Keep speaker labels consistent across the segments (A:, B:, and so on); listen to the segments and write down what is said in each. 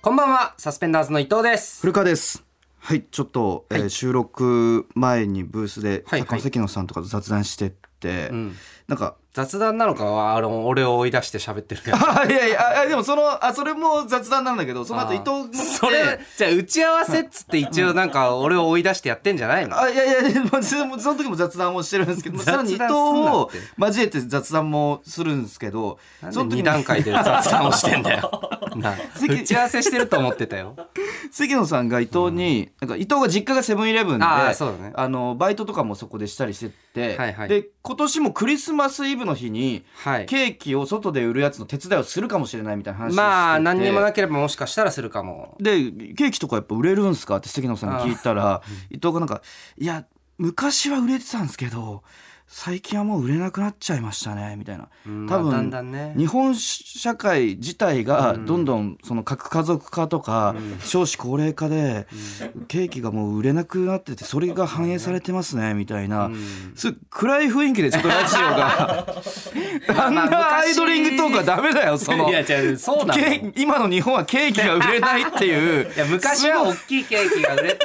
A: こんばんはサスペンダーズの伊藤です
B: 古川ですはいちょっと、えー
A: はい
B: 収録前にブースで
A: はいはい
B: 坂本関野さんとかと雑談してって、
A: ん
B: なんか
A: 雑談なのかはあの俺を追い出して喋ってるやつ
B: あいやいやあでもそのあそれも雑談なんだけどその後伊藤も
A: それじゃあ打ち合わせっつって一応なん か俺を追い出してやってんじゃないの
B: あいやいやもうそのその時も雑談をしてるんですけど
A: 雑
B: さら
A: 談
B: に伊
A: すん
B: 藤
A: なって
B: を交えて雑談もするんですけど
A: なん
B: その
A: で2
B: 時に
A: 段階で雑 談をしてんだよなあ打ち合わせしてると思ってた よ
B: 関野さんが伊藤に、なんか伊藤が実家がセブンイレブンで
A: あ
B: あ
A: ーそうだね
B: のバイトとかもそこでしたりしてって、
A: はいはい
B: で今年もクリスマスイブの日に
A: はい
B: ケーキを外で売るやつの手伝いをするかもしれないみたいな話をしてて
A: まあ何にもなければもしかしたらするかも
B: でケーキとかやっぱ売れるんすかって関野さんに聞いたら伊藤がなんか「いや昔は売れてたんですけど最近はもう売れなくなっちゃいましたね」みたいな、
A: うん
B: 多分、
A: まあだんだん ね
B: 日本社会自体がどんどんその核家族化とか少子高齢化でケーキがもう売れなくなっててそれが反映されてますねみたいな、すごい暗い雰囲気でちょっとラジオが あん
A: まあ
B: なアイ
A: 昔
B: ドリングトークはダメだよその。
A: いや違うそうなの
B: ケーキ今の日本はケーキが売れないっていう
A: いや昔は大きいケーキが売れて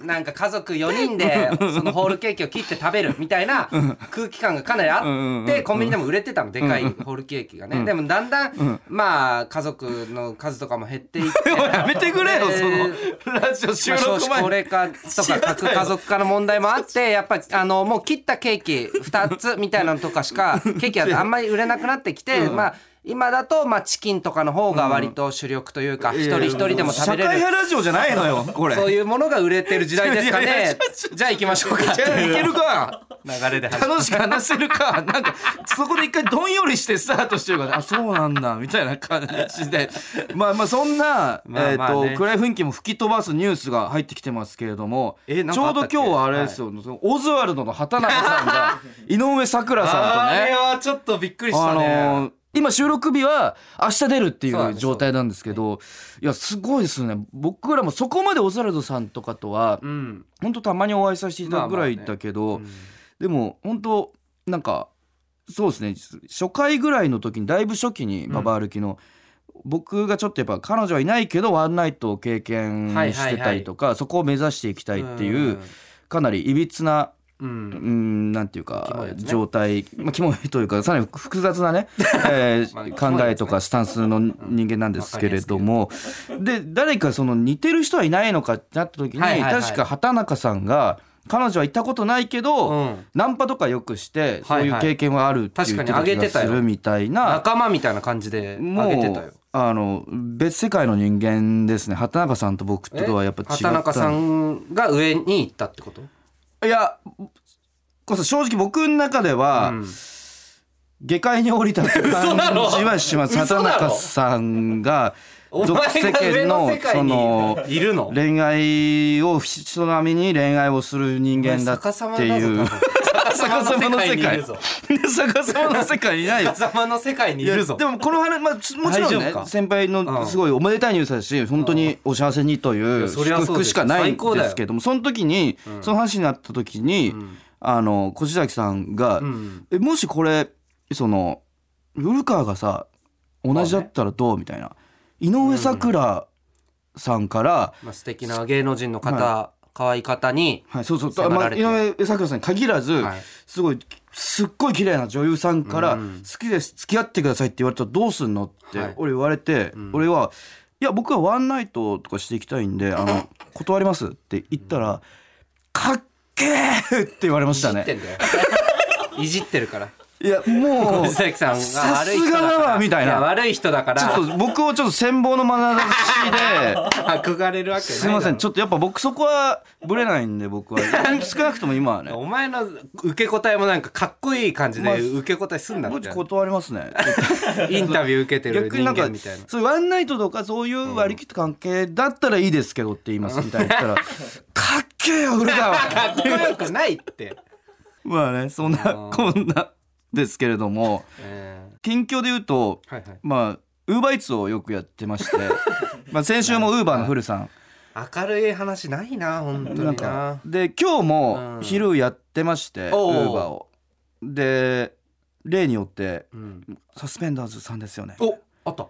A: なんか家族4人でそのホールケーキを切って食べるみたいな空気感がかなりあってコンビニでも売れてたのでかいホールケーキがねでもだんだんまあ家族の数とかも減って いって
B: やめてくれよ
A: えー
B: そのラジオ収
A: まあ少
B: 録
A: 子高
B: 前
A: 齢化と か核家族化の問題もあってやっぱりあのもう切ったケーキ2つみたいなのとかし かケーキはあんまり売れなくなってきてまあ今だとまあチキンとかの方が割と主力というか一人一人でも食べれ
B: 社会
A: る
B: 派ラジオじゃないのよこ れ
A: そういうものが売れてる時代ですか
B: いやいや
A: ね。じゃあ行きましょうか。
B: い やいけるか
A: 流れで始
B: 楽しく話せるか なんかそこで一回どんよりしてスタートしてるからあそうなんだみたいな感じ でまあまあそんな、
A: まあまあね
B: えー、と暗い雰囲気も吹き飛ばすニュースが入ってきてますけれども
A: えなんかあったっけ
B: ちょうど今日はあれですよ、そのオズワルドの畑中さんが井上咲楽さんとね
A: はちょっとびっくり
B: あのー今収録日は明日出るってい
A: そうなん
B: う
A: です
B: 状態なんですけどいやすごいですね僕らもそこまでオズワルドさんとかとは
A: うん。
B: 本当たまにお会いさせていただくぐらいだけど、でも本当なんかそうですね初回ぐらいの時にだいぶ初期に
A: ん
B: ババ歩きの、僕がちょっとやっぱ彼女はいないけどワンナイトを経験
A: はいは
B: し
A: い
B: てたりとか、そこを目指していきたいっていう、
A: うん
B: かなりいびつな
A: う。
B: うんーんなんていう
A: キモい
B: か
A: やつね
B: 状態まあキモいというかさらに複雑 なねえ
A: まあ
B: ー
A: キモいやつね
B: 考えとかスタンスの人間なんですけれどもで誰かその似てる人はいないのかってなった時に
A: はいはいはい
B: 確か畑中さんが彼女は行ったことないけ
A: う
B: ど
A: ん
B: ナンパとかよくして
A: は
B: そ
A: いうはい
B: いう経験はあるって言って
A: 確かに上げ
B: た
A: て
B: 気
A: た
B: が
A: よ
B: するみたいな
A: 仲間みたいな感じで
B: も
A: 上げてたよ
B: う。あの別世界の人間ですね畑中さんと僕
A: え
B: とはやっぱ違った
A: 畑中さんが上に行ったってこと？
B: いやこそ正直僕の中では、
A: うん
B: 下界に降りたって感じはします
A: 嘘
B: 畑
A: だろ
B: 中さんが
A: お前が上の世界
B: その
A: にいるの？
B: 恋愛を人並みに恋愛をする人間だ
A: 逆さま
B: って
A: だぞ
B: いう
A: 逆さまの世界にいるぞ。
B: 逆さまの世界にいないよ
A: 逆さまの世界にいるぞ
B: で。もこの話、まあ、つもちろん
A: 大
B: ね
A: 丈夫か
B: 先輩
A: う
B: の
A: ん
B: すごいおめでたいニュースだし本当にお幸せにとい
A: や
B: う
A: そ
B: 祝
A: りゃそうでしょ
B: 福しかないん
A: 最高だ
B: で
A: よ
B: すけどもその時にその話になった時に、あの越崎さんが、
A: ん
B: えもしこれその古川がさ同じだったらどうみたいな井上咲楽さんから、
A: まあ素敵な芸能人の方
B: は、
A: 可愛い方に。
B: はい、そうそう、
A: 迫
B: ま
A: ら
B: あ、
A: れ
B: 井
A: て
B: 上咲楽さんに限らず、
A: はい
B: すごいすっごい綺麗な女優さんから「好きです付き合ってください」って言われたらどうすんのって
A: はい
B: 俺言われて、俺は「いや僕はワンナイトとかしていきたいんであの断ります」って言ったら「かっけー!」って言われま
A: い
B: し
A: じ
B: た
A: っ
B: ね
A: て。んだよ。いじってるから。
B: いやもう
A: 藤崎さんが
B: さ
A: 悪い
B: す
A: 人だ
B: が
A: から
B: だわみたい
A: や
B: な。
A: 悪い人だから
B: ちょっと僕をちょっと羨望の眼差し で
A: 憧れるわけない
B: すいませんち
A: ょ
B: ょっとやっぱ僕そこはぶれないんで僕は少なくとも今はね
A: お前の受け答えもなんかかっこいい感じ
B: まあ
A: で受け答えすんな
B: も
A: っ
B: うち
A: て
B: ょっと断りますね
A: インタビュー受けてる
B: 逆
A: 人
B: になんか
A: 間みたいな
B: そういうワンナイトとかそういう割り切った関係だったらいいですけどって言いますみたいに 言ったらかっけえよ古川
A: かっこよくないって、
B: まあねそんなこんなですけれども
A: え
B: 近況で言うと
A: ーはいはい
B: まあウーバーイーツをよくやってまして まあ先週もウーバーの古さん
A: 明るい話ないな本当に
B: なん
A: な
B: かで今日も昼やってましてウー
A: おう
B: バーをで例によって
A: うん、
B: サスペンダーズさんですよね
A: おあった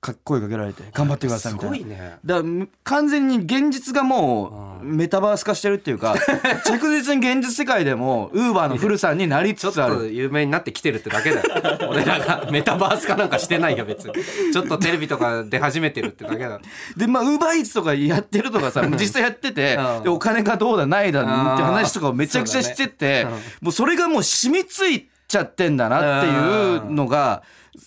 B: か声かけられて頑張ってくださいみたいな
A: すごいね
B: だからむ完全に現実がもうメタバース化してるっ ていうか着実に現実世界でもウーバーのフルさんになり
A: ちょ
B: つ
A: っ
B: つあ
A: と
B: る
A: 有名になってきてるってだけだ よ俺らがメタバース化なんかしてないよ別にちょっとテレビとか出始めてるってだけだ
B: でまあウーバーイーツとかやってるとかさ実際やってて
A: うん
B: でお金がどうだないだ
A: あー
B: って話とかをめちゃくちゃしてて
A: そうだね
B: もうそれがもう染みついちゃってんだなっていうのが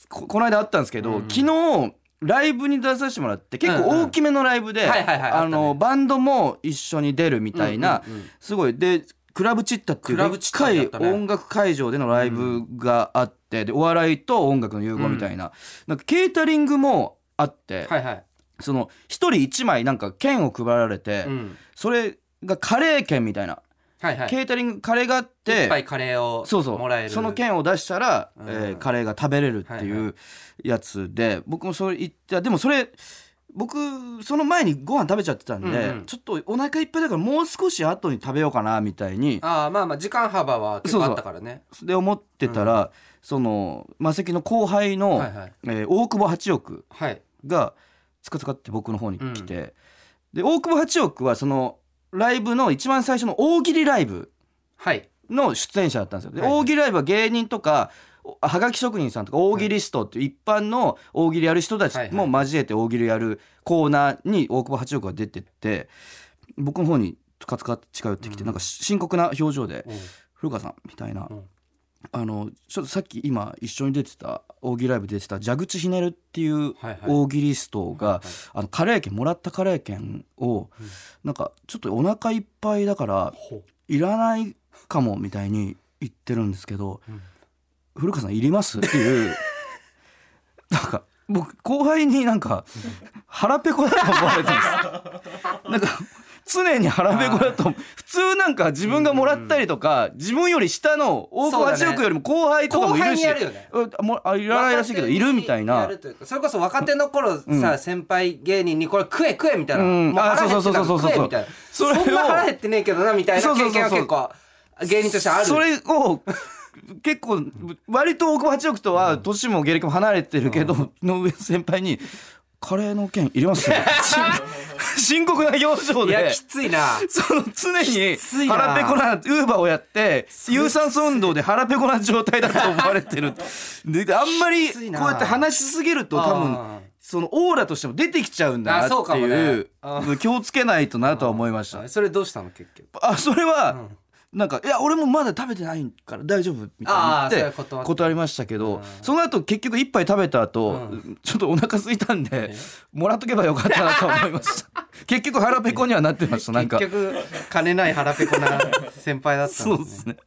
B: ここの間あったんですけど昨日ライブに出させてもらって結構大きめのライブで
A: うんはいはいはい
B: あ
A: あった
B: の
A: ね
B: バンドも一緒に出るみたいな
A: うんうんうん
B: すごいでクラブチッタっていう
A: クラブ
B: でっ
A: チッタ
B: か
A: や
B: い
A: ったね
B: 音楽会場でのライブがあってでお笑いと音楽の融合みたいななんかケータリングもあって
A: はいはい、
B: その一人一枚なんか券を配られて、
A: うん、
B: それがカレー券みたいな、
A: はいはい
B: ケータリングカレーがあっ
A: い
B: て
A: っぱいカレーを
B: そうそ
A: もらえ
B: う
A: る
B: その券を出したら、
A: うん
B: えーカレーが食べれるって
A: はい
B: いうやつで、僕もそれ行ってでもそれ僕その前にご飯食べちゃってたんで、
A: うんうん
B: ちょっとお腹いっぱいだからもう少し後に食べようかなみたいに
A: ああまあまあ時間幅は結構あったからね
B: で思ってたら、そのマセキの後輩の、
A: はいはい
B: えー大久保八億
A: はい
B: がつかつかって僕の方に来て、で大久保八億はそのライブの一番最初の大喜利ライブ
A: はい
B: の出演者だったんですよ。で
A: はいはい
B: 大喜利ライブは芸人とかおはがき職人さんとか大喜利ストっていう一般の大喜利やる人た
A: はい
B: ち
A: はい
B: も交えて大喜利やるコーナーに大久保八億が出てって僕の方につかつかって近寄ってきて、
A: うん
B: なんか深刻な表情で
A: うん
B: 「古川さん」みたいな、
A: うん
B: あのちょっとさっき今一緒に出てた大喜利ライブ出てた蛇口ひねるっていう
A: はいはい
B: 大喜利ストが、あのカレー券もらったカレー券
A: う
B: を、
A: ん
B: なんかちょっとお腹いっぱいだから
A: ほ
B: いらないかもみたいに言ってるんですけど
A: ううん
B: 「古川さんいります?」っていう なんか僕後輩になんか腹ペコだと思われてま す。なんか常に腹ペコだと思う普通なんか自分がもらったりとか、自分より下の大久保八億よりも後輩とか
A: 後
B: もい
A: 輩
B: る
A: に
B: し
A: やるよね
B: うんあもうあいらないらしいけどいるみたい
A: や
B: な
A: るというかそれこそ若手の頃さ先輩芸人にこれ食え食えみたいな
B: うん
A: もう腹減ってた
B: あそうそうそうそうそう
A: 食えみたいな
B: それを
A: そんな腹減ってねえけどなみたい
B: そ
A: な
B: うそうそ
A: 経
B: うそう
A: 験は結構芸人としてある
B: それを結構割と大久保八億とは年も芸歴も離れてるけど、の上先輩に「カレーの件い ります?」深刻な表情
A: いや
B: で
A: き。ついな
B: その常に
A: ついな
B: 腹ペコなウーバーをやって有酸素運動で腹ペコな状態だと思われ てるであんまり
A: き
B: こ
A: つ
B: う
A: いな
B: やって話しすぎると多
A: あー
B: 分そのオーラとしても出てきちゃうんだ
A: あそ
B: な
A: う
B: っ
A: か
B: て
A: もね
B: いう
A: あ
B: 気をつけないとなとは思いました
A: それどうしたの結局
B: あそれは、なんか「いや俺もまだ食べてないから大丈夫」みたい
A: あー
B: に
A: それ
B: 言
A: は
B: って
A: 断った
B: 断りましたけど、
A: うん
B: その後結局一杯食べた後、
A: う
B: ちょっとお腹空いたんでもらっとけばよかったなと思いました 結局腹ペコにはなってましたなんか
A: 結局金ない腹ペコな先輩だったん
B: そう
A: で
B: です
A: ね
B: すね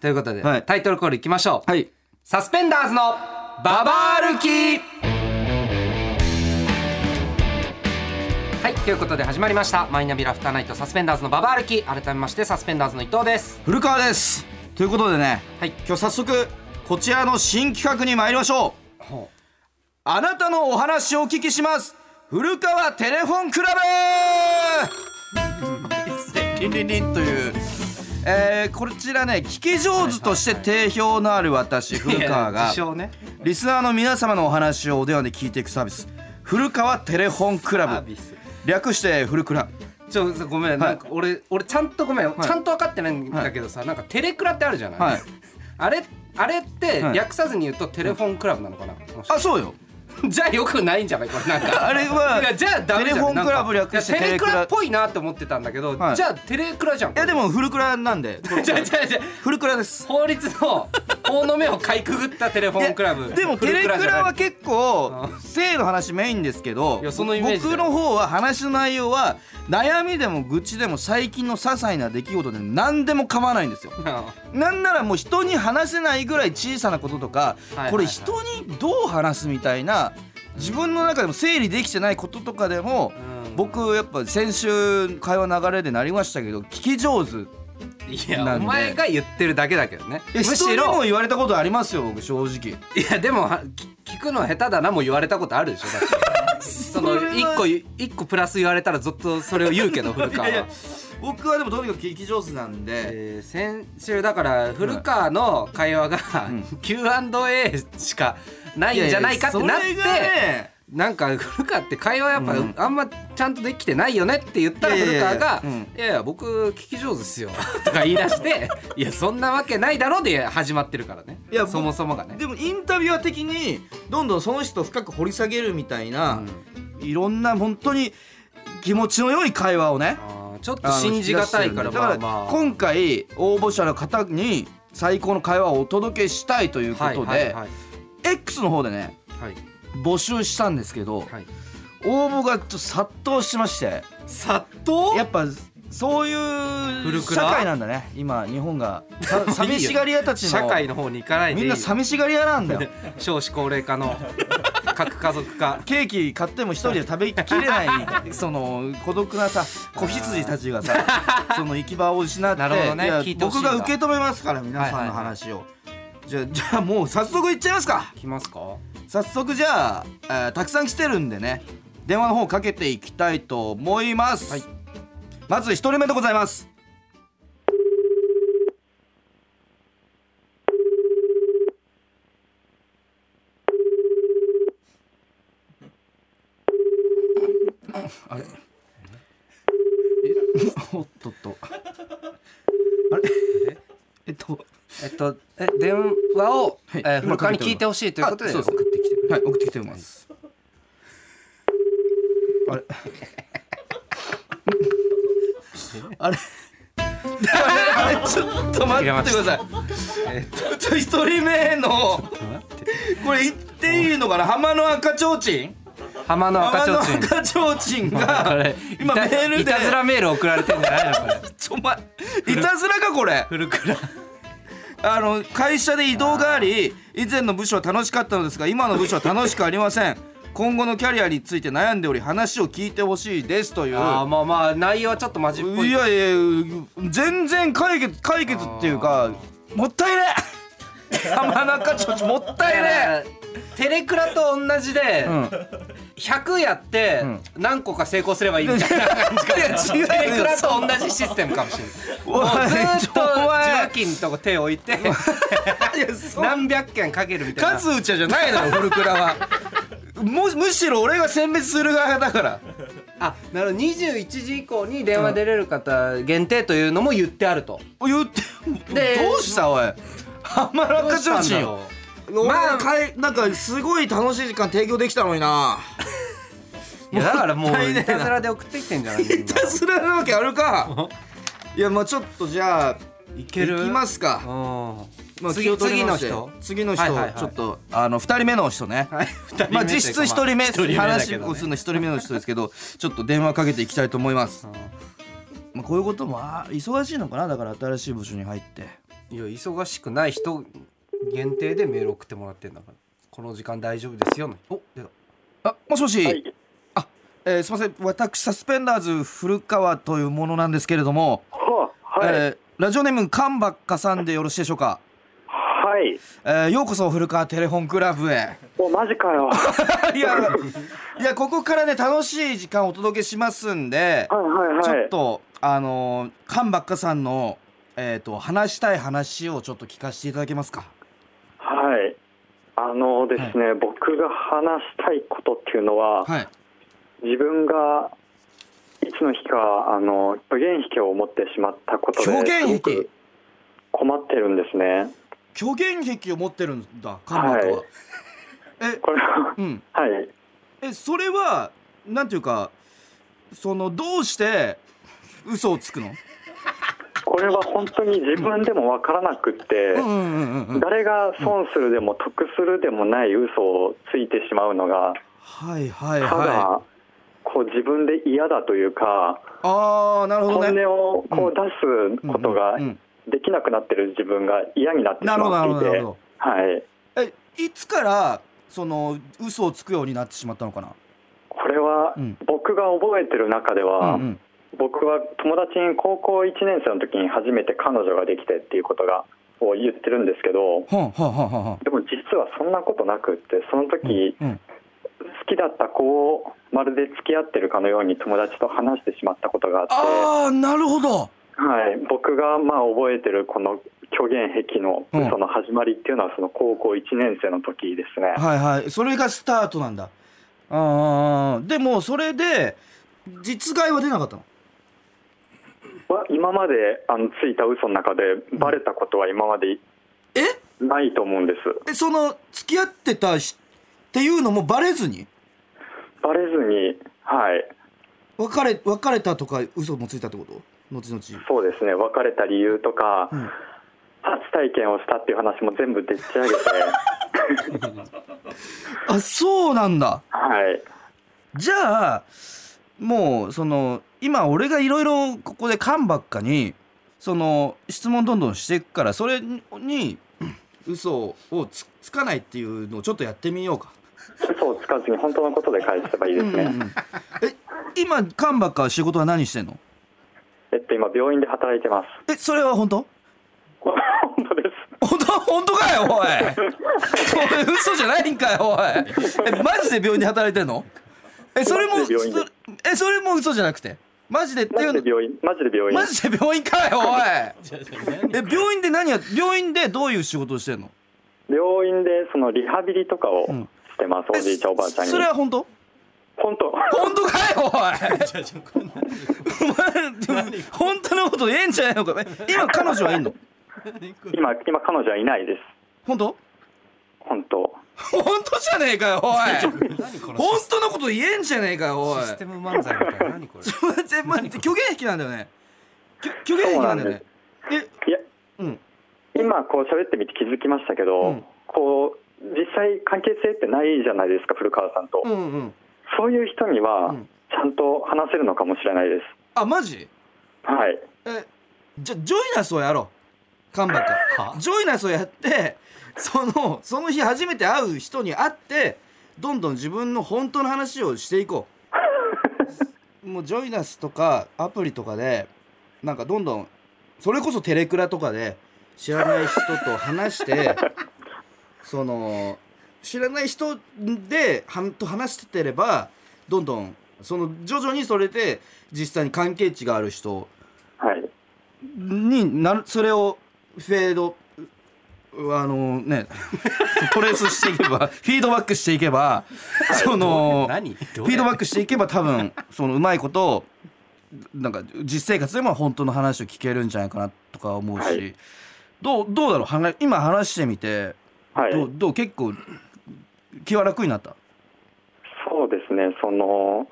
A: ということで
B: はい
A: タイトルコールいきましょう
B: はい
A: サスペンダーズのババ歩きはいということで始まりましたマイナビラフターナイトサスペンダーズのババ歩き改めましてサスペンダーズの伊藤です
B: 古川ですということでね
A: はい
B: 今日早速こちらの新企画に参りましょうあなたのお話をお聞きします古川テレフォンクラブリンリンリンという、えーこちらね聞き上手として定評のある私古川が
A: 自称ね
B: リスナーの皆様のお話をお電話で聞いていくサービス古川テレフォンク
A: サ
B: ラ
A: ー
B: ブ
A: ビス
B: 略して古クラ
A: ちょごめん、なんか俺俺ちゃんとごめん、
B: い
A: ちゃんと分かってないんだけどさ、なんかテレクラってあるじゃない、
B: はい
A: あれあれって
B: はい
A: 略さずに言うとテレフォンクラブなのかな、もし
B: あそうよ
A: じゃあよくないんじゃないこれなんか
B: あれはい
A: やじゃあダメじゃん
B: テレフォンクラブ
A: なんか
B: 略して
A: いやテレクラ
B: テレクラ
A: っぽいなって思ってたんだけど、
B: はい
A: じゃあテレクラじゃん
B: いやでも古クラなんで
A: じゃあじゃあじゃあ
B: 古クラです
A: 法律の法の目をかいくぐったテレフォンクラブ
B: でもテレク
A: じゃない
B: ラは結構
A: う
B: 性の話メインですけど
A: いやそのイメージだ
B: 僕
A: よ
B: の方は話の内容は悩みでも愚痴でも最近の些細な出来事でも何でも構わないんですよなんならもう人に話せないぐらい小さなこととか、
A: はいはいはい
B: これ人にどう話すみたいな自分の中でも整理できてないこととかでも、
A: うん
B: 僕やっぱ先週会話流れでなりましたけど聞き上手
A: いや
B: なん
A: お
B: で
A: 前が言ってるだけだけどね
B: え
A: む
B: 人
A: し
B: に
A: ろ
B: も言われたことありますよ僕正直
A: いやでもは聞聞くの下手だなも言われたことあるでしょだ ってその
B: それは
A: 一個い一個プラス言われたらずっとそれを言うけど古川はい
B: やいや僕はでもとにかく聞き上手なんで、
A: えー先週だから古川の会話が Q&A しかないんじゃないかってなって
B: いやいやそれがね
A: なんか古川って会話やっぱ、
B: うん
A: あんまちゃんとできてないよねって言ったら
B: いやいや
A: 古
B: いや
A: 川が
B: うん
A: 「いやいや僕聞き上手ですよ」とか言い出 して「いやそんなわけないだろ」で始まってるからね
B: いや
A: そもそもがね。
B: でもインタビュアー的にどんどんその人を深く掘り下げるみたいな、いろんな本当に気持ちの良い会話をね
A: あーちょっと信じがたいから
B: だから
A: まあまあ
B: 今回応募者の方に最高の会話をお届けしたいということ
A: はいはい
B: で
A: はい
B: X の方でね
A: はい
B: 募集したんですけど
A: はい
B: 応募がちょっと殺到しまして
A: 殺到
B: やっぱそういう
A: 古
B: 社
A: 倉
B: 会なんだね今日本が さ寂しがり屋たちの
A: 社会の方に行かないで
B: み
A: いい
B: んな寂しがり屋なんだよ
A: 少子高齢化 の核家族化
B: ケーキ買っても一人で食べきれない その孤独なさ子羊たちがさ その行き場を失って
A: なるほどね
B: いや
A: 聞いてほしい
B: 僕
A: んだ
B: が受け止めますから皆さんの話を、じゃあじゃあもう早速行っちゃいますか
A: きますか
B: 早速じゃあ、えーたくさん来てるんでね電話の方かけていきたいと思います、
A: はい
B: まず一人目でございますあれえ おっとっとあれ えっと
A: えっとえ電話を、
B: はい
A: えー古川に聞いてほしいということで
B: あそうです
A: 送ってきてくれ
B: はい、送ってきてます。あれ。あれ。 あれ、ちょっと待ってください。えっと、ちょ一人目の。これ言っていいのかな、浜の赤ちょうちん。
A: 浜の赤
B: 浜
A: ちょ
B: の
A: うちん
B: 赤ちょうちん
A: こ
B: が
A: れ。
B: 今
A: いた
B: メール
A: い
B: で。
A: たずらメール送られてんじゃないのこれ
B: ちょま、いたずらかこれ
A: 古倉
B: あの会社で移動があり以前の部署は楽しかったのですが今の部署は楽しくありません今後のキャリアについて悩んでおり話を聞いてほしいですという
A: あーまあまあ内容はちょっとマジっぽい
B: いやいや全然解決解決っていうかもったいねえ浜中町もったいね
A: ねテレクラと同じで、
B: えうん
A: 100やって
B: ん
A: 何個か成功すればいいみたいな感じか
B: いや違うよ
A: テレクラと同じシステムかもしれない
B: おい
A: もうずーっと
B: お前
A: 受話器にとこ手を置いて 何百件かけるみたいな
B: 数打ちゃじゃないのよ古倉はもむしろ俺が選別する側だから
A: あなるほど21時以降に電話出れる方限定というのも言ってあると
B: 言って
A: で
B: どうしたおい浜中
A: どう
B: 町
A: したんだ
B: よ
A: ろ
B: ま
A: ま
B: あ
A: あ
B: かいなんかすごい楽しい時間提供できたのにな
A: ういやだからも
B: もった
A: う
B: いね
A: い
B: えな
A: たずらで送ってきてんじゃない
B: いたずらなわけあるか いやまあちょっとじゃあ
A: いける
B: いきます
A: か
B: か、まあ、
A: 次
B: 気を取り直して
A: 次の人
B: 次の人、
A: はいはいはい
B: ち ょっとあの2人目の人ね、
A: はい二人目
B: まあ実質1人目
A: 一人目だ
B: 話
A: けどね
B: をするの1人目の人ですけどちょっと電話かけていきたいと思います、まあ、こういうこともあー忙しいのかなだから新しい部署に入って
A: いや忙しくない人限定でメール送ってもらってんだからこの時間大丈夫ですよのお出た
B: あもしもし、
C: はい。
B: あ、えーすいません私サスペンダーズ古川というものなんですけれども
C: ははい、
B: えーラジオネームカンバッカさんでよろしいでしょうか、
C: はい。
B: えーようこそ古川テレフォンクラブへ
C: お、マジかよ。 はい
B: やいやここからね楽しい時間をお届けしますんで、
C: いはいはい。
B: ちょっとあのーカンバッカさんの、えー、と話したい話をちょっと聞かせていただけますか
C: はい。あのですね、僕が話したいことっていうのは、
B: はい
C: 自分がいつの日か、あの、虚言癖を持ってしまったことで、
B: 表現
C: すご
B: 癖
C: く困ってるんですね。
B: 虚言癖を持ってるんだカンバッカは、
C: はい
B: え
C: これは、
B: うん
C: はい。
B: えそれはなんていうかそのどうして嘘をつくの
C: これは本当に自分でもわからなくって、
B: うんうんうんうん
C: 誰が損するでも得するでもない嘘をついてしまうのが、
B: はいはい
C: た
B: は
C: だ、こう自分で嫌だというか、
B: いああなるほ
C: 本
B: どね
C: 音をこう出すことが
B: うんうん
C: できなくなってる自分が嫌になってし
B: なるほどな
C: ま
B: る
C: っ
B: ほ
C: て
B: ど
C: い
B: なる
C: て
B: ほど
C: はい
B: えいつからその嘘をつくようになってしまったのかな
C: これは
B: うん
C: 僕が覚えてる中では、
B: うんうん
C: 僕は友達に高校1年生の時に初めて彼女ができてっていうことがを言ってるんですけど
B: はんはんはんはんはん
C: でも実はそんなことなくってその時、
B: うん
C: 好きだった子をまるで付き合ってるかのように友達と話してしまったことがあって
B: ああなるほど
C: はい、僕がまあ覚えてるこの虚言癖の
B: うん
C: その始まりっていうのはその高校1年生の時ですね、
B: はいはいそれがスタートなんだああでもそれで実害は出なかったの
C: は今まであのついた嘘の中でバレたことは今まで
B: え
C: ないと思うんです
B: えその付き合ってたしっていうのもバレずに
C: バレずにはい
B: 別れ別れたとか嘘もついたってこと後々
C: そうですね別れた理由とか、
B: ん
C: 初体験をしたっていう話も全部でっち上げ て
B: あそうなんだ
C: はい
B: じゃあもうその今俺がいろいろここでカンばっかにその質問どんどんしていくからそれに嘘をつつかないっていうのをちょっとやってみようか。
C: 嘘をつかずに本当のことで返せばいいですね、
B: え今カンばっかは仕事は何してんの
C: えっと今病院で働い てます
B: えそれは本当
C: 本当です
B: 本当本当かよおいそれ嘘じゃないんかよおいえマジで病院で働いてん のえそれも
C: マジで病院で
B: それえそれも嘘じゃなくてマジでってい
C: マ
B: う
C: ジ
B: の
C: で病院マジで病院
B: マジで病院か よおいえ病院で何や病院でどういう仕事をしてんの
C: 病院でそのリハビリとかを
B: ん
C: してます、おじいちゃんおばあちゃんに
B: それは本当
C: 本当
B: 本当かよおいお前本当のこと言えんじゃないのかえ今彼女はいんの
C: 今今彼女はいないです
B: 本当
C: 本当
B: 本当じゃねえかよおい本当のこと言えんじゃねえかよおい
A: システム漫才みたいな何これ
B: ちょ待って待って虚言癖なんだよね虚虚言癖なんだよねえ
C: いや
B: うん
C: 今こう喋ってみて気づきましたけど、
B: うん
C: こう実際関係性ってないじゃないですか古川さんと、
B: うんうん
C: そういう人に
B: う
C: は
B: ん
C: ちゃんと話せるのかもしれないです
B: あマジ
C: はい
B: えじゃジョイナスをやろうカンバかジョイナスをやってそのその日初めて会う人に会ってどんどん自分の本当の話をしていこうもうジョイナスとかアプリとかでなんかどんどんそれこそテレクラとかで知らない人と話してその知らない人ではんと話しててればどんどんその徐々にそれで実際に関係値がある人
C: はい
B: になるそれをフェードうあのね トレースしていけばフィードバックしていけばそのフ
A: 何どう
B: ィードバックしていけば多分そのうまいことをなんか実生活でも本当の話を聞けるんじゃないかなとか思うし、
C: はい
B: どうどうだろう話今話してみて
C: はい
B: どうどう結構気は楽になった、
C: そうですねその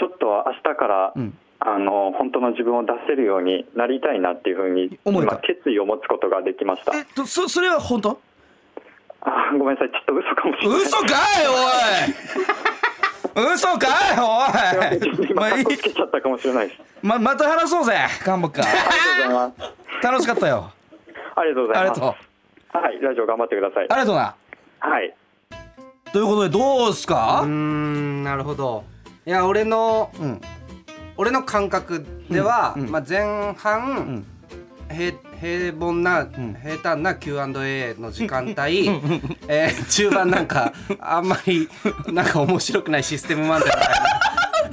C: ちょっと明日から、
B: うん、
C: あの本当の自分を出せるようになりたいなっていうふうに
B: 思えた
C: 今決意を持つことができました
B: えっとそそれは本当
C: あーごめんなさいちょっと嘘かもしれない
B: 嘘かいお い嘘かいおいま
C: 今
B: あい
C: か
B: い
C: っこつけちゃったかもしれないです
B: ままた話そうぜカンボか
C: ありがとうございます
B: 楽しかっ たよ
C: ありがとうござ
B: あ
C: い
B: りが
C: ます
B: とうあ
C: はいラジオ頑張ってください
B: りがとうな
C: はい
B: ということでどうす
A: うー
B: か
A: んなるほどいや俺の
B: うん
A: 俺の感覚では、
B: うんうん
A: まあ、前半、
B: ん
A: 平平凡な、
B: ん
A: 平坦な Q&A の時間帯、えー中盤なんかあんまりなんか面白くないシステム漫才みたいな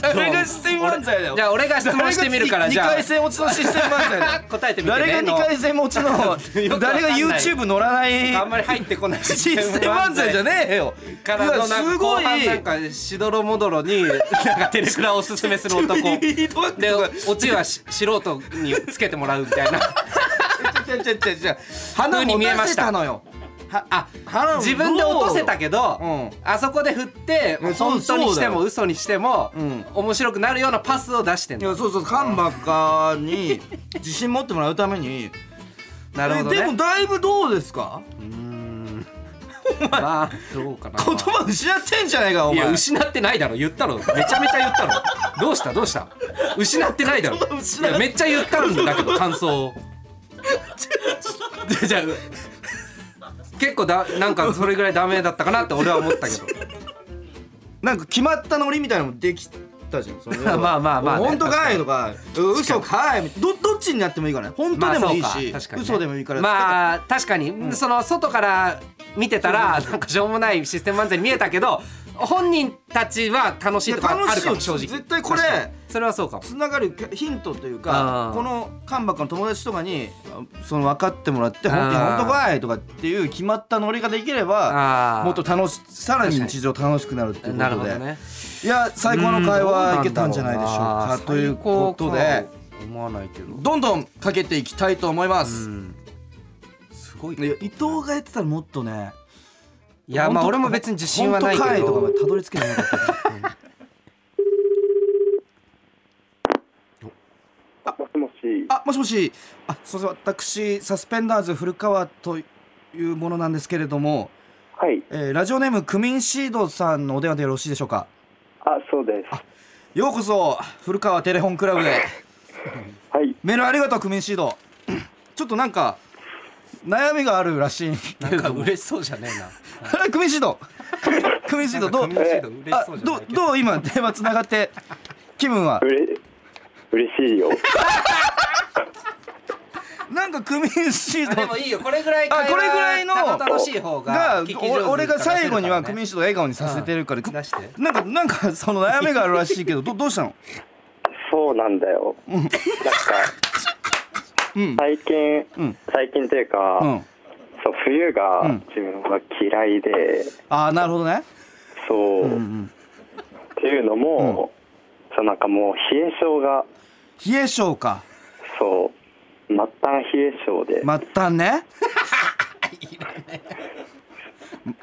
B: 誰が質問漫才だよ
A: じゃあ俺が質問してみるから
B: 誰
A: じ
B: が
A: ゃ
B: 二
A: あ
B: 回戦落ちのシステム漫才だよ
A: 答えてみてね
B: 誰が二回戦落ち
A: よ
B: の
A: くわか
B: 誰
A: ん
B: が
A: ない
B: YouTube 乗らない
A: のあんまり入ってこないシ
B: システム漫才じゃねえよ
A: からのなん
B: い
A: か
B: や
A: 後
B: すごい
A: 半なんかしどろもどろに なんかテレクラをおすすめする 男でオチはし素人につけてもらうみ たいな
B: ちゃちゃちゃちゃ花に見えましたのよ
A: はあ
B: 花を
A: 自分で落とせたけど、
B: うん
A: あそこで振って
B: うんそう
A: 本当にしても
B: そう
A: 嘘にしても、
B: うん
A: 面白くなるようなパスを出してん
B: い
A: の
B: やそうそうカンバカに自信持ってもらうために
A: なるほどね
B: えでもだいぶどうですか
A: まあどうかな
B: 言葉失ってんじゃないかお
A: いや
B: 前
A: 失ってないだろ言ったろめちゃめちゃ言ったろどうしたどうした失ってないだろ
B: 言葉失っ
A: いやめっちゃ言ったんだけど感想 をじゃあ結構だなんかそれぐらいダメだったかなって俺は思ったけど
B: なんか決まったノリみたいなのもできたじゃ んその
A: まあまあまあね
B: 本当かいとか嘘かいどどっちになってもいいからね本当でもいい
A: まあそう
B: し、
A: か確かにね
B: 嘘でもいいから
A: まあ確かに、その外から見てたらなんかしょうもないシステム漫才に見えたけど本人たちは楽しいとかあ
B: 楽
A: る
B: しい
A: か
B: よ
A: も正直
B: 絶対これ
A: 確かにそれはそうかも
B: つながるヒントという
A: あ
B: か
A: ー
B: この関白の友達とかにあその分かってもらって「
A: あー
B: 本当本当かい!」とかっていう決まったノリができれば
A: あー
B: もっと楽しさらに日常楽しくなるっていう
A: なる
B: こ
A: ほ
B: と
A: ど
B: で、
A: ね
B: いや最高の会話いけたんじゃないでしょう
A: あ
B: か
A: ー
B: ということ
A: 最
B: で
A: 高か思わないけど
B: どんどんかけていきたいと思います。
A: すごい
B: いや伊藤がやってたらもっとね
A: いやまあ俺も別に自信はないけ
B: 本当かいとかま
A: ど
B: でたどり着けなかった
C: もしもし
B: あもしもしあすいません私サスペンダーズ古川というものなんですけれども、
C: はい
B: えーラジオネームクミンシードさんのお電話でよろしいでしょうか
C: あそうです
B: ようこそ古川テレホンクラブへ
C: はい
B: メールありがとうクミンシードちょっとなんか悩みがあるらしい
A: な
B: け
A: ん
B: れ
A: か
B: ども
A: 嬉しそうじゃねえな
B: あれクミンシ ードクミンシードどう
A: なんかクミンシード嬉し
B: あ
A: そうじゃな
B: ど
A: いうけど
B: どう今電話つながって気分は
C: うれ嬉しい よ
B: なんかクミンシー
A: あ
B: ド
A: でもいいよこれぐらい
B: あこれぐらいの
A: 楽しい方が聞き上手に
B: 俺俺が最後には
A: 出せるか
B: ク
A: ら
B: ミ
A: ね
B: ンシードを笑顔にさせてるから、
A: うん出して
B: なんかなんかその悩みがあるらしいけどど どうしたの
C: そうなんだよなんか
B: うん
C: 最近、
B: うん
C: 最近というか、
B: うん
C: そう冬
B: う
C: が
B: ん
C: 自分は嫌いで、
B: ああなるほどね
C: そう、
B: うんうん
C: っていうのも、そうなんかもう冷え性が
B: 冷え性か
C: そう末端冷え性で、
B: 末 端ね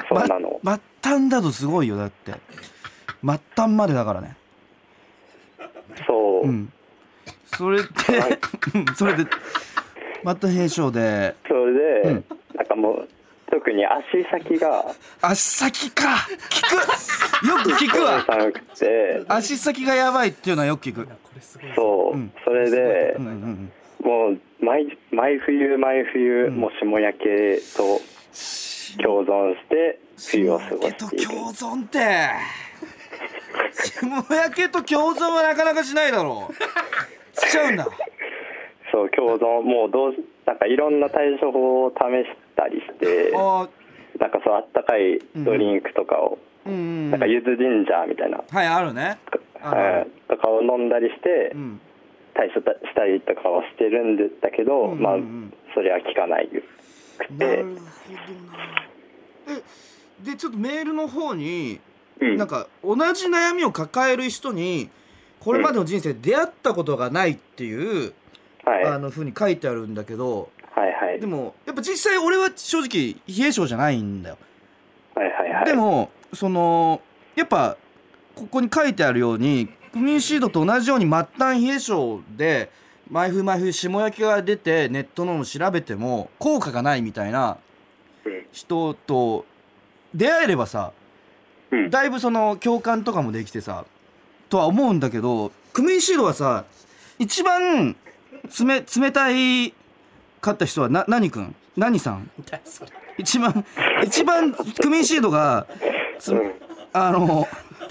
C: そうなの、
B: ま末端だとすごいよだって末端までだからね
C: そう、
B: うんそれで
C: はい
B: うんそれで末端冷え性で
C: それ
B: う
C: で、
B: ん
C: なんかもう特に足先が
B: 足先か聞くよく聞く わ
C: 寒くて
B: 足先がやばいっていうのはよく聞く
A: これすごい
C: そう、
B: うん
C: それで、
B: うんうんうん
C: もう毎毎冬毎冬、もう霜焼けと共存して冬を過ご
B: 霜焼
C: して
B: け
C: い
B: と
C: る
B: 共存って霜焼けと共存はなかなかしないだろうしちゃうんだ
C: そう共存もうどうしなんかいろんな対処法を試したりして
B: あ
C: なんかそうあったかいドリンクとかを、
B: うんうん
C: なんか柚子ジンジャーみたいな、
B: はいあるねあるあ
C: は
B: る
C: いとかを飲んだりして
B: うん
C: 対処たしたりとかはしてるんだけど、
B: うんうんうん
C: まあそれは効かないく
B: な
C: て
B: るほどなえでちょっとメールの方に、
C: うん
B: なんか同じ悩みを抱える人にこれまでの人生で出会ったことがないっていう、
C: はいは
B: あの風に書いてあるんだけど
C: いはい
B: でもやっぱ実際俺は正直冷え性じゃないんだよ
C: はいはいはい
B: でもそのやっぱここに書いてあるようにクミンシードと同じように末端冷え性で毎冬毎冬霜焼きが出てネットのも調べても効果がないみたいな
C: うん
B: 人と出会えればさ
C: うん
B: だいぶその共感とかもできてさとは思うんだけどクミンシードはさ一番つめ冷たいかった人はな何君何さ ん
A: だそれ
B: 一番一番クミンシードがつ
C: うん
B: あ の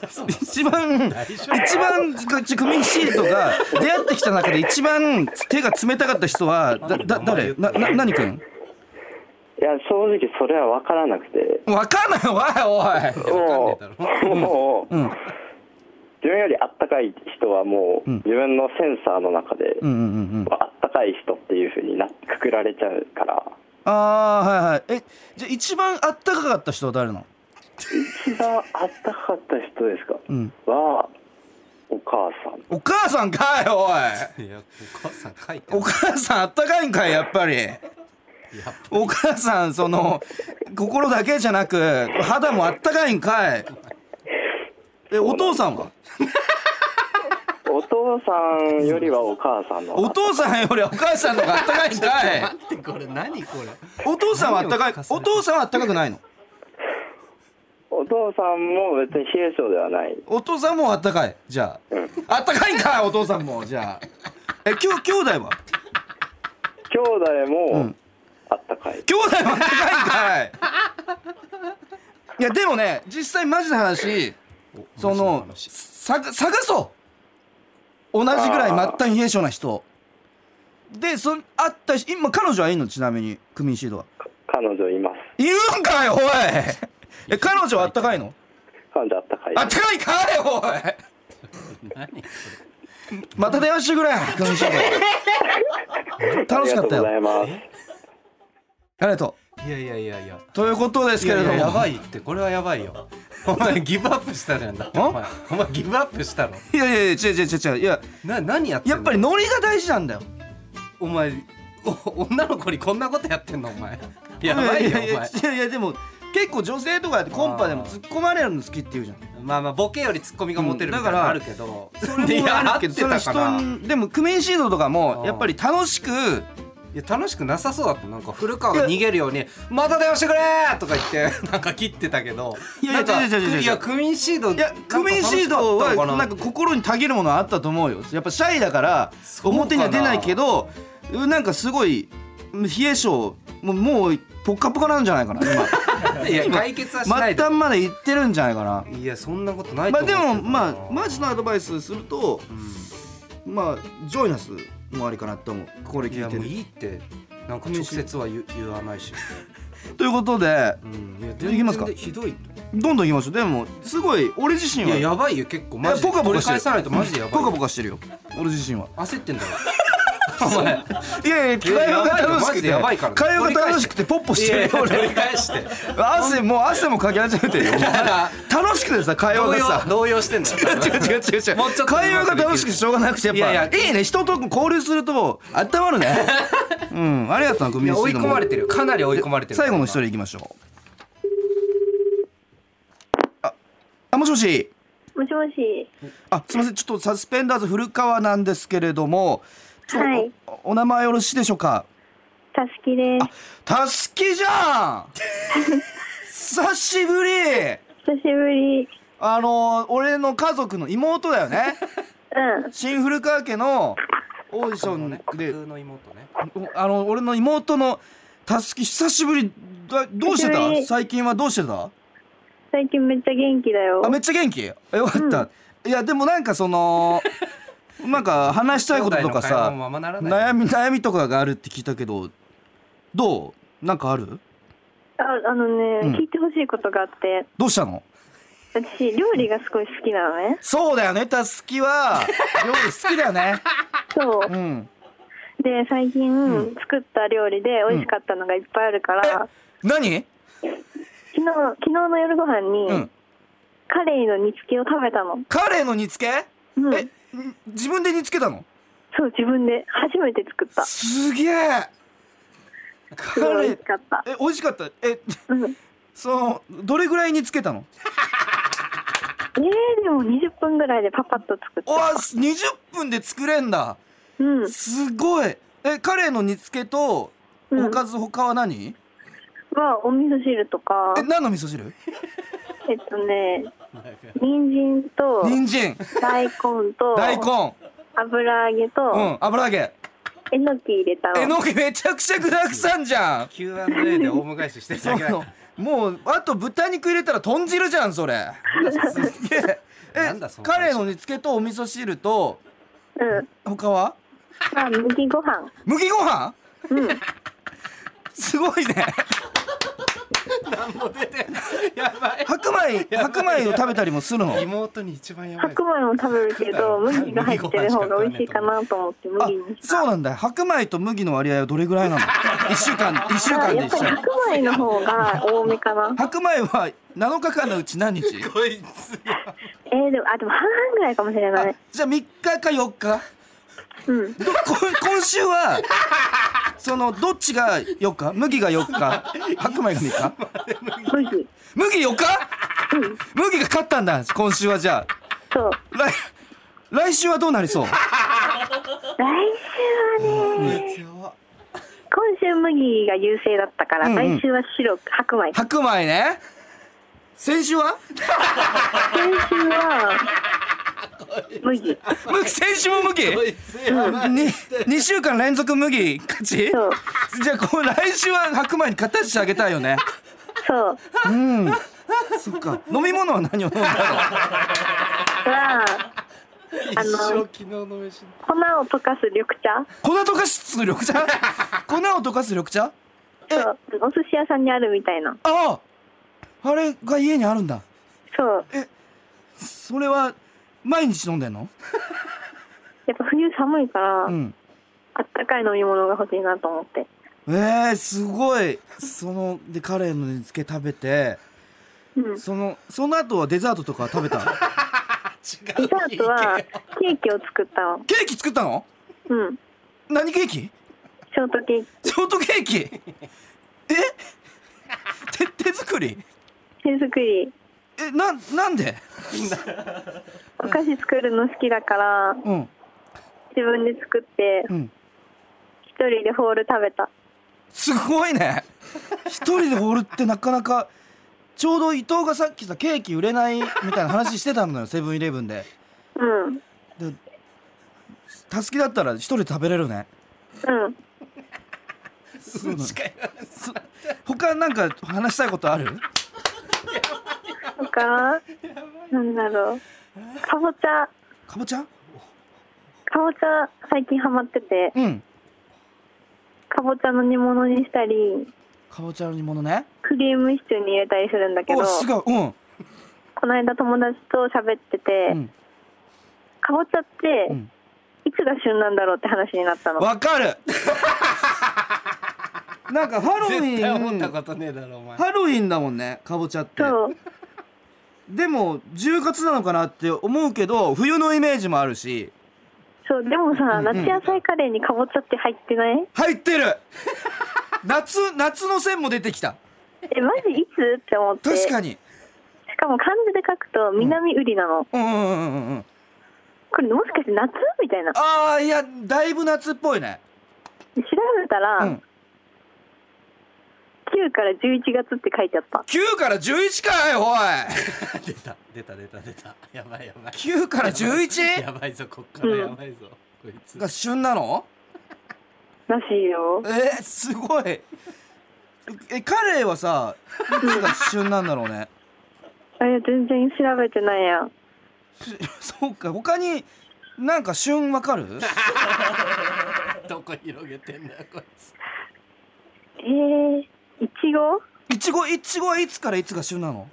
A: そう
B: 一番一番クミンシードが出会ってきた中で一番手が冷たかった人はだだ誰なな何君
C: いや正直それは分からなくて
B: わかんないわおい
A: いやわ
C: も
A: かんね
C: うもう、
B: うん
C: 自分よりあったかい人はもう、
B: うん
C: 自分のセンサーの中で、
B: うんうんうんうん
C: あったかい人っていうふうになくくられちゃうから
B: ああはいはいえじゃあ一番あったかかった人は誰なの
C: 一番あったかかった人ですか、
B: うん
C: はお母さん
B: お母さんかいお
A: いやお母さん書いて
B: いお母さんあったかいんかいやっぱり
A: やっ
B: お母さんその心だけじゃなく肌もあったかいんかいえお父さんは
C: お父さんよりはお母さんの方
B: お父さんよりお母さんの方があったかいんかい
A: 待ってこれ何これ
B: お父さんはあったかいお父さんはあったかくないの
C: お父さんも別に冷え性ではない
B: お父さんもあったかいじゃああったかいんかいお父さんもじゃあえきょ兄弟は
C: 兄弟
B: う
C: も
B: ん
C: あったかい、
B: 兄弟はあったかいんかいいやでもね実際マジな話そのさ探そう同じぐらい末端冷え性な人でそんあった人今彼女はいいのちなみにクミンシードは
C: 彼女います
B: いるんかいおいえ彼女はあったかいの
C: あ感じあったかい
B: あったかいかいおいまた電話してくれ楽しかった楽しかったよ
C: あ
B: あ
C: り
B: りが
C: がとうございます
B: と
A: いやいやいやいや
B: うということです
A: い
B: けれ
A: や
B: ども
A: いややばいってこれはやばいよお前ギブアップしたじゃんだってお前お前ギブアップしたの
B: いやいやいや違う違う違う違ういや
A: な何やってん
B: や
A: の
B: っぱりノリが大事なんだよ
A: お前お女の子にこんなことやってんのお 前やばいよ
B: やや
A: お前
B: いやいやでも結構女性とかやってコンパでも突っ込まれるの好きって言うじゃん
A: まあまあボケよりツッコミがモテるみたいなのあるけど、
B: それ
A: い
B: も
A: や
B: あ
A: 合
B: る
A: って
B: けどそ
A: た
B: れ人
A: かな
B: にでもクミンシードとかもやっぱり楽しく
A: いや楽しくなさそうだったなんか古川が逃げるように「また電話してくれ!」とか言って なんか切ってたけど
B: いや
A: なんか
B: 違う違う違う違う
A: いやクミンシード
B: いやクミンシードは
A: なんか楽しかったの
B: なんか心にたぎるものあったと思うよやっぱシャイだから
A: そうかな
B: 表には出ないけどなんかすごい冷え性もうもうポッカポカなんじゃない かな今
A: いや解決はしないで
B: 末端まで行ってるんじゃないかない
A: やそんなことない
B: ま
A: と
B: あ
A: 思うけ
B: で
A: どな
B: もまあマジのアドバイスするとまあジョイナスもありかなと思うこれ
A: い
B: 聞
A: や
B: いて
A: もう
B: る
A: いいってなんか直接は言う言わないし、
B: ということで
A: うん、いや
B: いきますか
A: 全然ひどい
B: どんどんいきましょうでもすごい俺自身
A: い
B: は
A: ややばいよ結構
B: いや
A: マジで
B: ポカポカ
A: 取り返
B: してる
A: さないとマジでやばい
B: ポカポカしてるよ俺自身は
A: 焦ってんだよお前
B: いやいや 会話が楽しく
A: い
B: て
A: ややばいからマジでやばいから
B: 会話が楽しくてポッポしてるよ
A: 取
B: 俺
A: り返して
B: 汗もう汗もかき始めてるよ
A: ら
B: 楽しくてさ会話
A: 動
B: が
A: 揺
B: さ
A: 動揺してんだ
B: 違う違う違う違う
A: もうちょっと
B: 会話が楽しくてしょうがなくてやっぱ
A: いやいや
B: いね人と交流すると温まるねうんありがとうなグ
A: い
B: ミ
A: や
B: ンシ
A: 追い
B: ード
A: 込
B: も
A: まれてるよかなり追い込まれてる
B: 最後の一人いきましょうああもしもし
D: もしもし。
B: あすみませんちょっとサスペンダーズ古川なんですけれどもちょっと
D: はい
B: おお名前よろしいでしょうか
D: たすきで
B: あたすきじゃん久しぶり
D: す。久しぶり。
B: あの俺の家族の妹だよね
D: うん。
B: 新古川家のオーディション
A: ね
B: で、
A: 普通の妹ね
B: あの俺の妹のたすき久しぶりだどうして
D: 久しぶ
B: た
D: り
B: 最近はどうしてた
D: 最近めっちゃ元気だよ。
B: あめっちゃ元気よかった、いやでもなんかそのなんか話したいことと
A: 兄
B: か
A: 弟の会話
B: さ
A: もままならない
B: 悩み悩みとかがあるって聞いたけどどうなんかある
D: あ、あのね、
B: うん
D: 聞いてほしいことがあって、
B: どうしたの
D: 私料理がすごい好きなのね。
B: そうだよねたすきは料理好きだよね
D: そう
B: う。ん
D: で、最近、
B: う
D: 作った料理で美味しかったのがいっぱいあるから、
B: 何
D: 昨日昨日の夜ご飯に、
B: うん
D: カレイの煮つけを食べたの。
B: カレーの煮つけ
D: うん。
B: えん自分で煮つけたの
D: そう自分で初めて作った。す
B: すげえカ
D: ご
B: レ
D: い美味
B: ー
D: しかった。
B: え美味しかったえ
D: うん。え
B: そのどれぐらい煮つけたの
D: ー、でも20分ぐらいでパパッと作っ
B: おわ
D: た。
B: 20分で作れんだ
D: うん。
B: すごいえカレーの煮つけと
D: うん
B: おかず他は何、
D: はお味噌汁とか
B: え。何の味噌汁
D: えっとね、 人参と
B: 人参
D: 大根と
B: 大根
D: 油揚げと、
B: うん油揚げ
D: えのき入れた
B: え
D: の。
B: のきめちゃくちゃ具だくさんじゃん
A: Q&A でオウム返ししてる
B: そ
A: だけだ
B: のもうあと豚肉入れたら豚汁じゃん それすげえ
A: な
B: え
A: んだその
B: カレーの煮つけとお味噌汁と
D: うん。
B: 他は
D: まあ麦ご飯。
B: 麦ご飯
D: うん。
B: すごいね
A: 何も出てないやばい
B: 白米白米を食べたりもするの
A: 妹に一番やばい
D: 白米も食べるけど麦が入ってる方が美味しいかなと思って
B: あ
D: 麦にした。
B: そうなんだ白米と麦の割合はどれぐらいなの一週 間一週間
D: あ
B: で
D: やっ
B: 一
D: ぱ
B: 緒
D: り白米の方が多めかな。
B: 白米は7日間のうち 何日
A: こいつ
D: えー、でもあでも半々ぐらいかもしれないね。
B: じゃあ3日か4日
D: うん。
B: どこ今週はそのどっちが4日麦が4日白米が3日
D: 麦。
B: 麦4日麦が勝ったんだ今週はじゃ
D: そう。
B: あ来来週はどうなりそう
D: 来週はね、今週麦が優勢だったから、
B: うんうん
D: 来週は白白米。
B: 白米ね先週は
D: 先週は麦。
B: 麦先週も麦
A: こいつやばい
B: に2週間連続麦勝ち
D: そう
B: じゃあこう来週は白米に勝たしてあげたいよね
D: そう。
B: うんそっか飲み物は何を飲んだろ
D: は
A: 一生昨日の飯
D: 粉を溶かす緑茶
B: う粉溶かす緑茶粉を溶かす緑茶あ
D: そうお寿司屋さんにあるみたいな
B: ああれが家にあるんだ
D: そう
B: それは毎日飲んでんの
D: やっぱ冬寒いから、
B: うん
D: あったかい飲み物が欲しいなと思って
B: えー、すごいそのでカレーの煮付け食べて
D: うん
B: そのその後はデザートとか食べた
A: 違
D: デ
A: う
D: ザートはケーキを作ったの
B: ケーキ作ったの
D: うん
B: 何ケーキ
D: ショートケーキ
B: ショートケーキえ手手作り
D: 手作り
B: えななんで
D: お菓子作るの好きだから
B: うん
D: 自分で作って
B: うん
D: 一人でホール食べた
B: すごいね一人でホールってなかなかちょうど伊藤がさっきさケーキ売れないみたいな話してたのよセブンイレブンで
D: うんうん
B: でたすきだったら一人で食べれるね
A: 数しか言わない
B: そ他なんか話したいことある
D: とかなんだろうかぼちゃ
B: かぼちゃ
D: かぼちゃ最近ハマってて
B: うん
D: かぼちゃの煮物にしたり
B: かぼちゃの煮物ね
D: クリームシチューに入れたりするんだけど
B: おすごいうん
D: この間友達と喋ってて、
B: うん
D: かぼちゃって、
B: うん
D: いつが旬なんだろうって話になったの
B: わかるなんかハロウ
A: 絶対思った
B: ィン
A: ことねえだろお前
B: ハロウィンだもんねかぼちゃって
D: そう
B: でも10月なのかなって思うけど冬のイメージもあるし
D: そうでもさ、
B: うんうん
D: 夏野菜カレーにかぼちゃって入ってない
B: 入ってる夏夏の線も出てきた
D: えマジいつって思って
B: 確
D: し
B: かに
D: かも漢字で書くと南瓜なの、
B: うんうんうんうんうん
D: これもしかして夏みたいな調
B: ああいやだいぶ夏っぽいね
D: べたら、
B: うん
D: 9から11月って書いてあった
B: 9から11かい おい
A: 出た出た出た出たやばいやばい
B: 9から 11?
A: やばいぞこっからやばいぞ、こいつ
B: が旬なの
D: らしいよ
B: えー、すごいえカレーはさいつが旬なんだろ うね
D: あいや全然調べてないや
B: そうか他になんか旬わかる
A: どこ広げてんだよこいつ
D: えー、いちご
B: いちごいちごはいつからいつが旬なの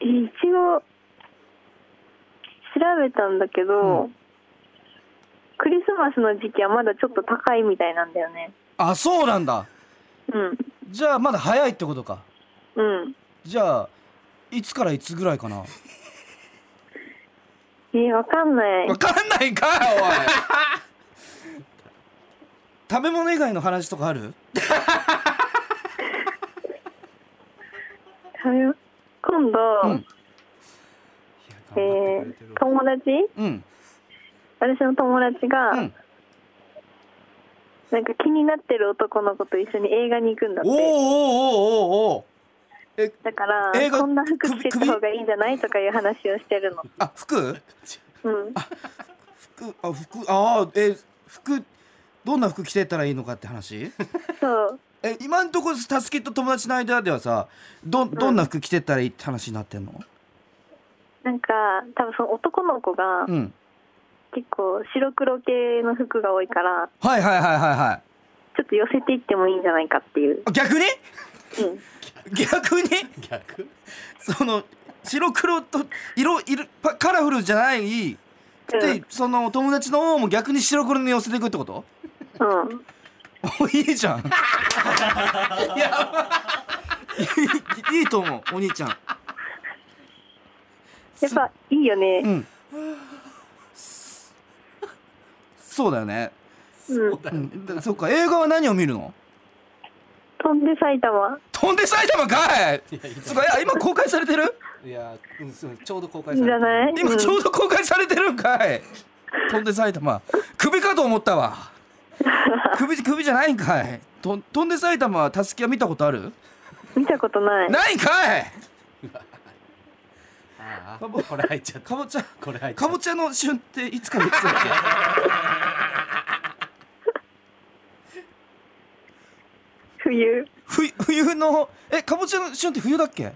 D: えいちご調べたんだけど、クリスマスの時期はまだちょっと高いみたいなんだよね
B: あそうなんだ
D: うん
B: じゃあまだ早いってことか
D: うん
B: じゃあいつからいつぐらいかな
D: えー、わかんない
B: わかんないんかい おい食べ物以外の話とかある
D: 食べよ今度、
B: うん
D: えー、友達
B: うん
D: 私の友達が、
B: うん
D: なんか気になってる男の子と一緒に映画に行くんだっ
B: おーおーおーおーお
D: て
B: ー
D: だから
B: 映画
D: こんな服着てた
B: 首
D: 方がいいんじゃないとかいう話をしてるの
B: あ服
D: うん
B: 服あ服あーえー服どんな服着てったらいいのかって話
D: そう
B: え今んとこタスキと友達の間ではさどどんな服着てったらいいって話になってんの
D: なんか多分その男の子が
B: うん
D: 結構白黒系の服が多いから
B: はいはいはいはいはい
D: ちょっと寄せていってもいいんじゃないかっていう、
B: あ逆に
D: うん、
B: 逆に
A: 逆
B: その白黒と色色パカラフルじゃないで、
D: うん
B: その友達の方も逆に白黒に寄せていくってこと
D: うん、
B: おいいじ ゃんや ばいいいいと思うお兄ちゃん
D: やっぱいいよ
B: う
D: ね、
B: んそうだよね、
D: うん
A: そうだ
B: う
A: よね
B: ん、だそっか映画は何を見るの
D: 飛んで埼玉
B: 飛んで埼玉かい
A: いやい
B: すごいあ今公開されてる
A: いやうんそうちょうど公開
D: じ
A: されて
D: ゃ
A: る
D: ない
B: 今ちょ
D: うん
B: うど公開されてるんかい飛んで埼玉首かと思ったわ首首じゃないんかいと飛んで埼玉はたすきは見たことある
D: 見たことない
B: ないんかい
A: ああこれ入っちゃった
B: かぼちゃ
A: これ入っちゃ
B: か
A: っ
B: ぼちゃの旬っていつからいつだっ
D: 冬
B: けふ冬のえかぼちゃの旬って冬だっけ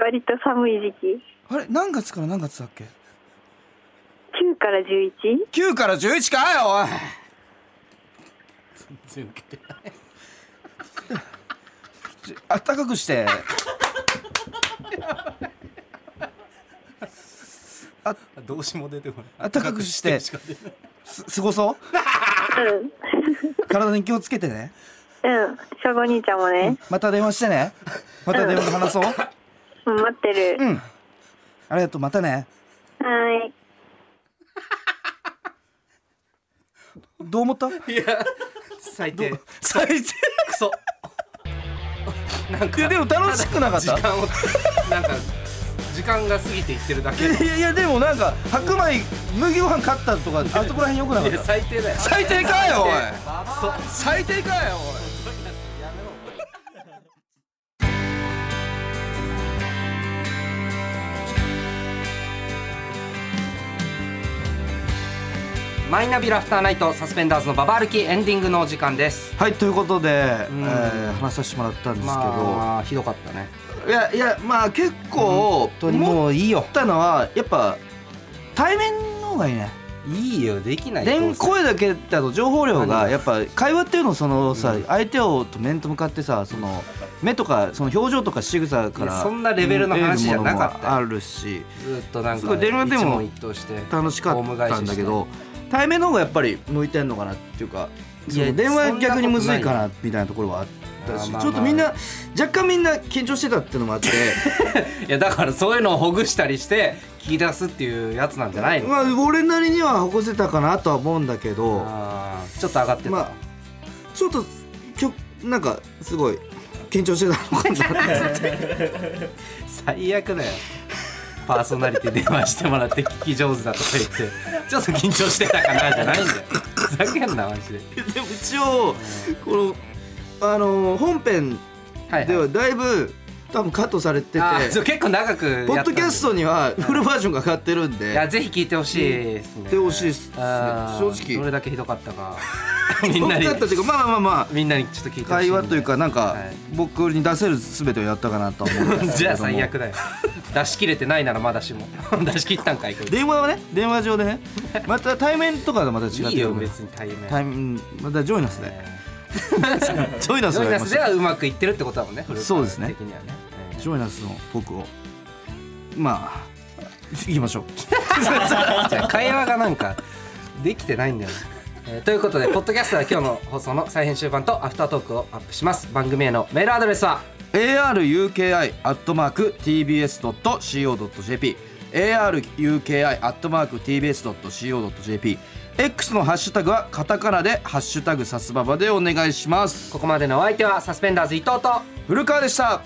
D: 割と寒い時期
B: あれ何月から何月だっけ
D: 9から 11?
B: 9から11かい
A: た全然受けてない
B: おいちあったかくして
A: どうしも出てこない
B: あったかくして
A: しか出ない
B: すすごそう
D: うん
B: 体に気をつけてね
D: うん翔吾兄ちゃんもね、
B: また電話してねまた電話で話そう
D: うん、待ってる、
B: うんありがとうまたね
D: はーい
B: どう思った
A: いや最低
B: 最低
A: クソなんか
B: いやでも楽しくなかった
A: だ時間をなんか時間が過ぎていってるだけ
B: いやいやでもなんか白米麦ご飯買ったとかあそこら辺よくなかっ
A: いや
B: た
A: 最低だよ
B: 最低かよおい
A: そう
B: 最低かよおい
A: マイナビラフターナイトサスペンダーズのババ歩きエンディングのお時間です
B: はいということで、
A: うん
B: えー話させてもらったんですけど、
A: まあひどかったね
B: いやいやまあ結構
A: 本当にも
B: 思っ
A: ういいよ
B: たのはやっぱ対面の方がいいね
A: いいよできない
B: 電声だけだと情報量
A: 何
B: が
A: が
B: やっぱ会話っていうのをそのさ、
A: うん
B: 相手をと面と向かってさその目とかその表情とか仕草か
A: いや
B: ら
A: そんなレベルの話じゃなかったよ
B: 得るものもあるし
A: ずっとなん
B: す
A: か
B: ごい電話で
A: 一
B: も
A: 問一答して
B: 楽しかったんだけど対面の方がやっぱり向いてんのかなっていうか
A: い
B: そ
A: や
B: の電話逆にむずい
A: そん
B: か
A: な
B: なみたいなところはあった
A: あー
B: し
A: まあまあ
B: ちょっとみんな若干みんな緊張してたっていうのもあって
A: いやだからそういうのをほぐしたりして聞き出すっていうやつなんじゃないの
B: まあ俺なりにはほこせたかなとは思うんだけど
A: あーちょっと上がってた、
B: まあちょっときょなんかすごい緊張してたのかな
A: 最悪だよパーソナリティ電話してもらって聞き上手だとか言ってちょっと緊張してたかなじゃないんだよふざけんなマジで、
B: でも一応このあのー本編
A: はいはい
B: ではだいぶ多分カットされてて
A: あーそう結構長くやったんで
B: ポッドキャストにはフルバージョンが上がってるんで
A: いやぜひ聞いてほしいですね。
B: 聞いてほしいっすね
A: あー
B: 正直
A: どれだけひどかった かみんなに
B: 僕だったっていうかまあまあまあまあ
A: みんなにちょっと聞いてほしい。
B: 会話というかなんか
A: はい
B: 僕に出せる全てをやったかなとは思うんですけれど も
A: じゃあ最悪だよ。出し切れてないならまだしも 出し切ったんかいこいつ
B: 電話はね電話上でねまた対面とかでまた違って
A: い
B: る
A: いよ別に対面。
B: 対面またジョイナスでジョイナス
A: ジ
B: を
A: ョイナ
B: やりま
A: ス
B: し
A: で
B: た
A: はうまくいってるってことだもんね。古川
B: そうですね
A: 的にはね。え
B: ジョイナスの僕をまあ行きましょう
A: ー じゃあ会話がなんかできてないんだよね。えーということで、ポッドキャストは今日の放送の再編集版とアフタートークをアップします。番組へのメールアドレスは
B: aruki.tbs.co.jp aruki.tbs.co.jp X のハッシュタグはカタカナで「ハッシュタグサスババ」でお願いします
A: ここまでのお相手はサスペンダーズ伊藤と
B: 古川でした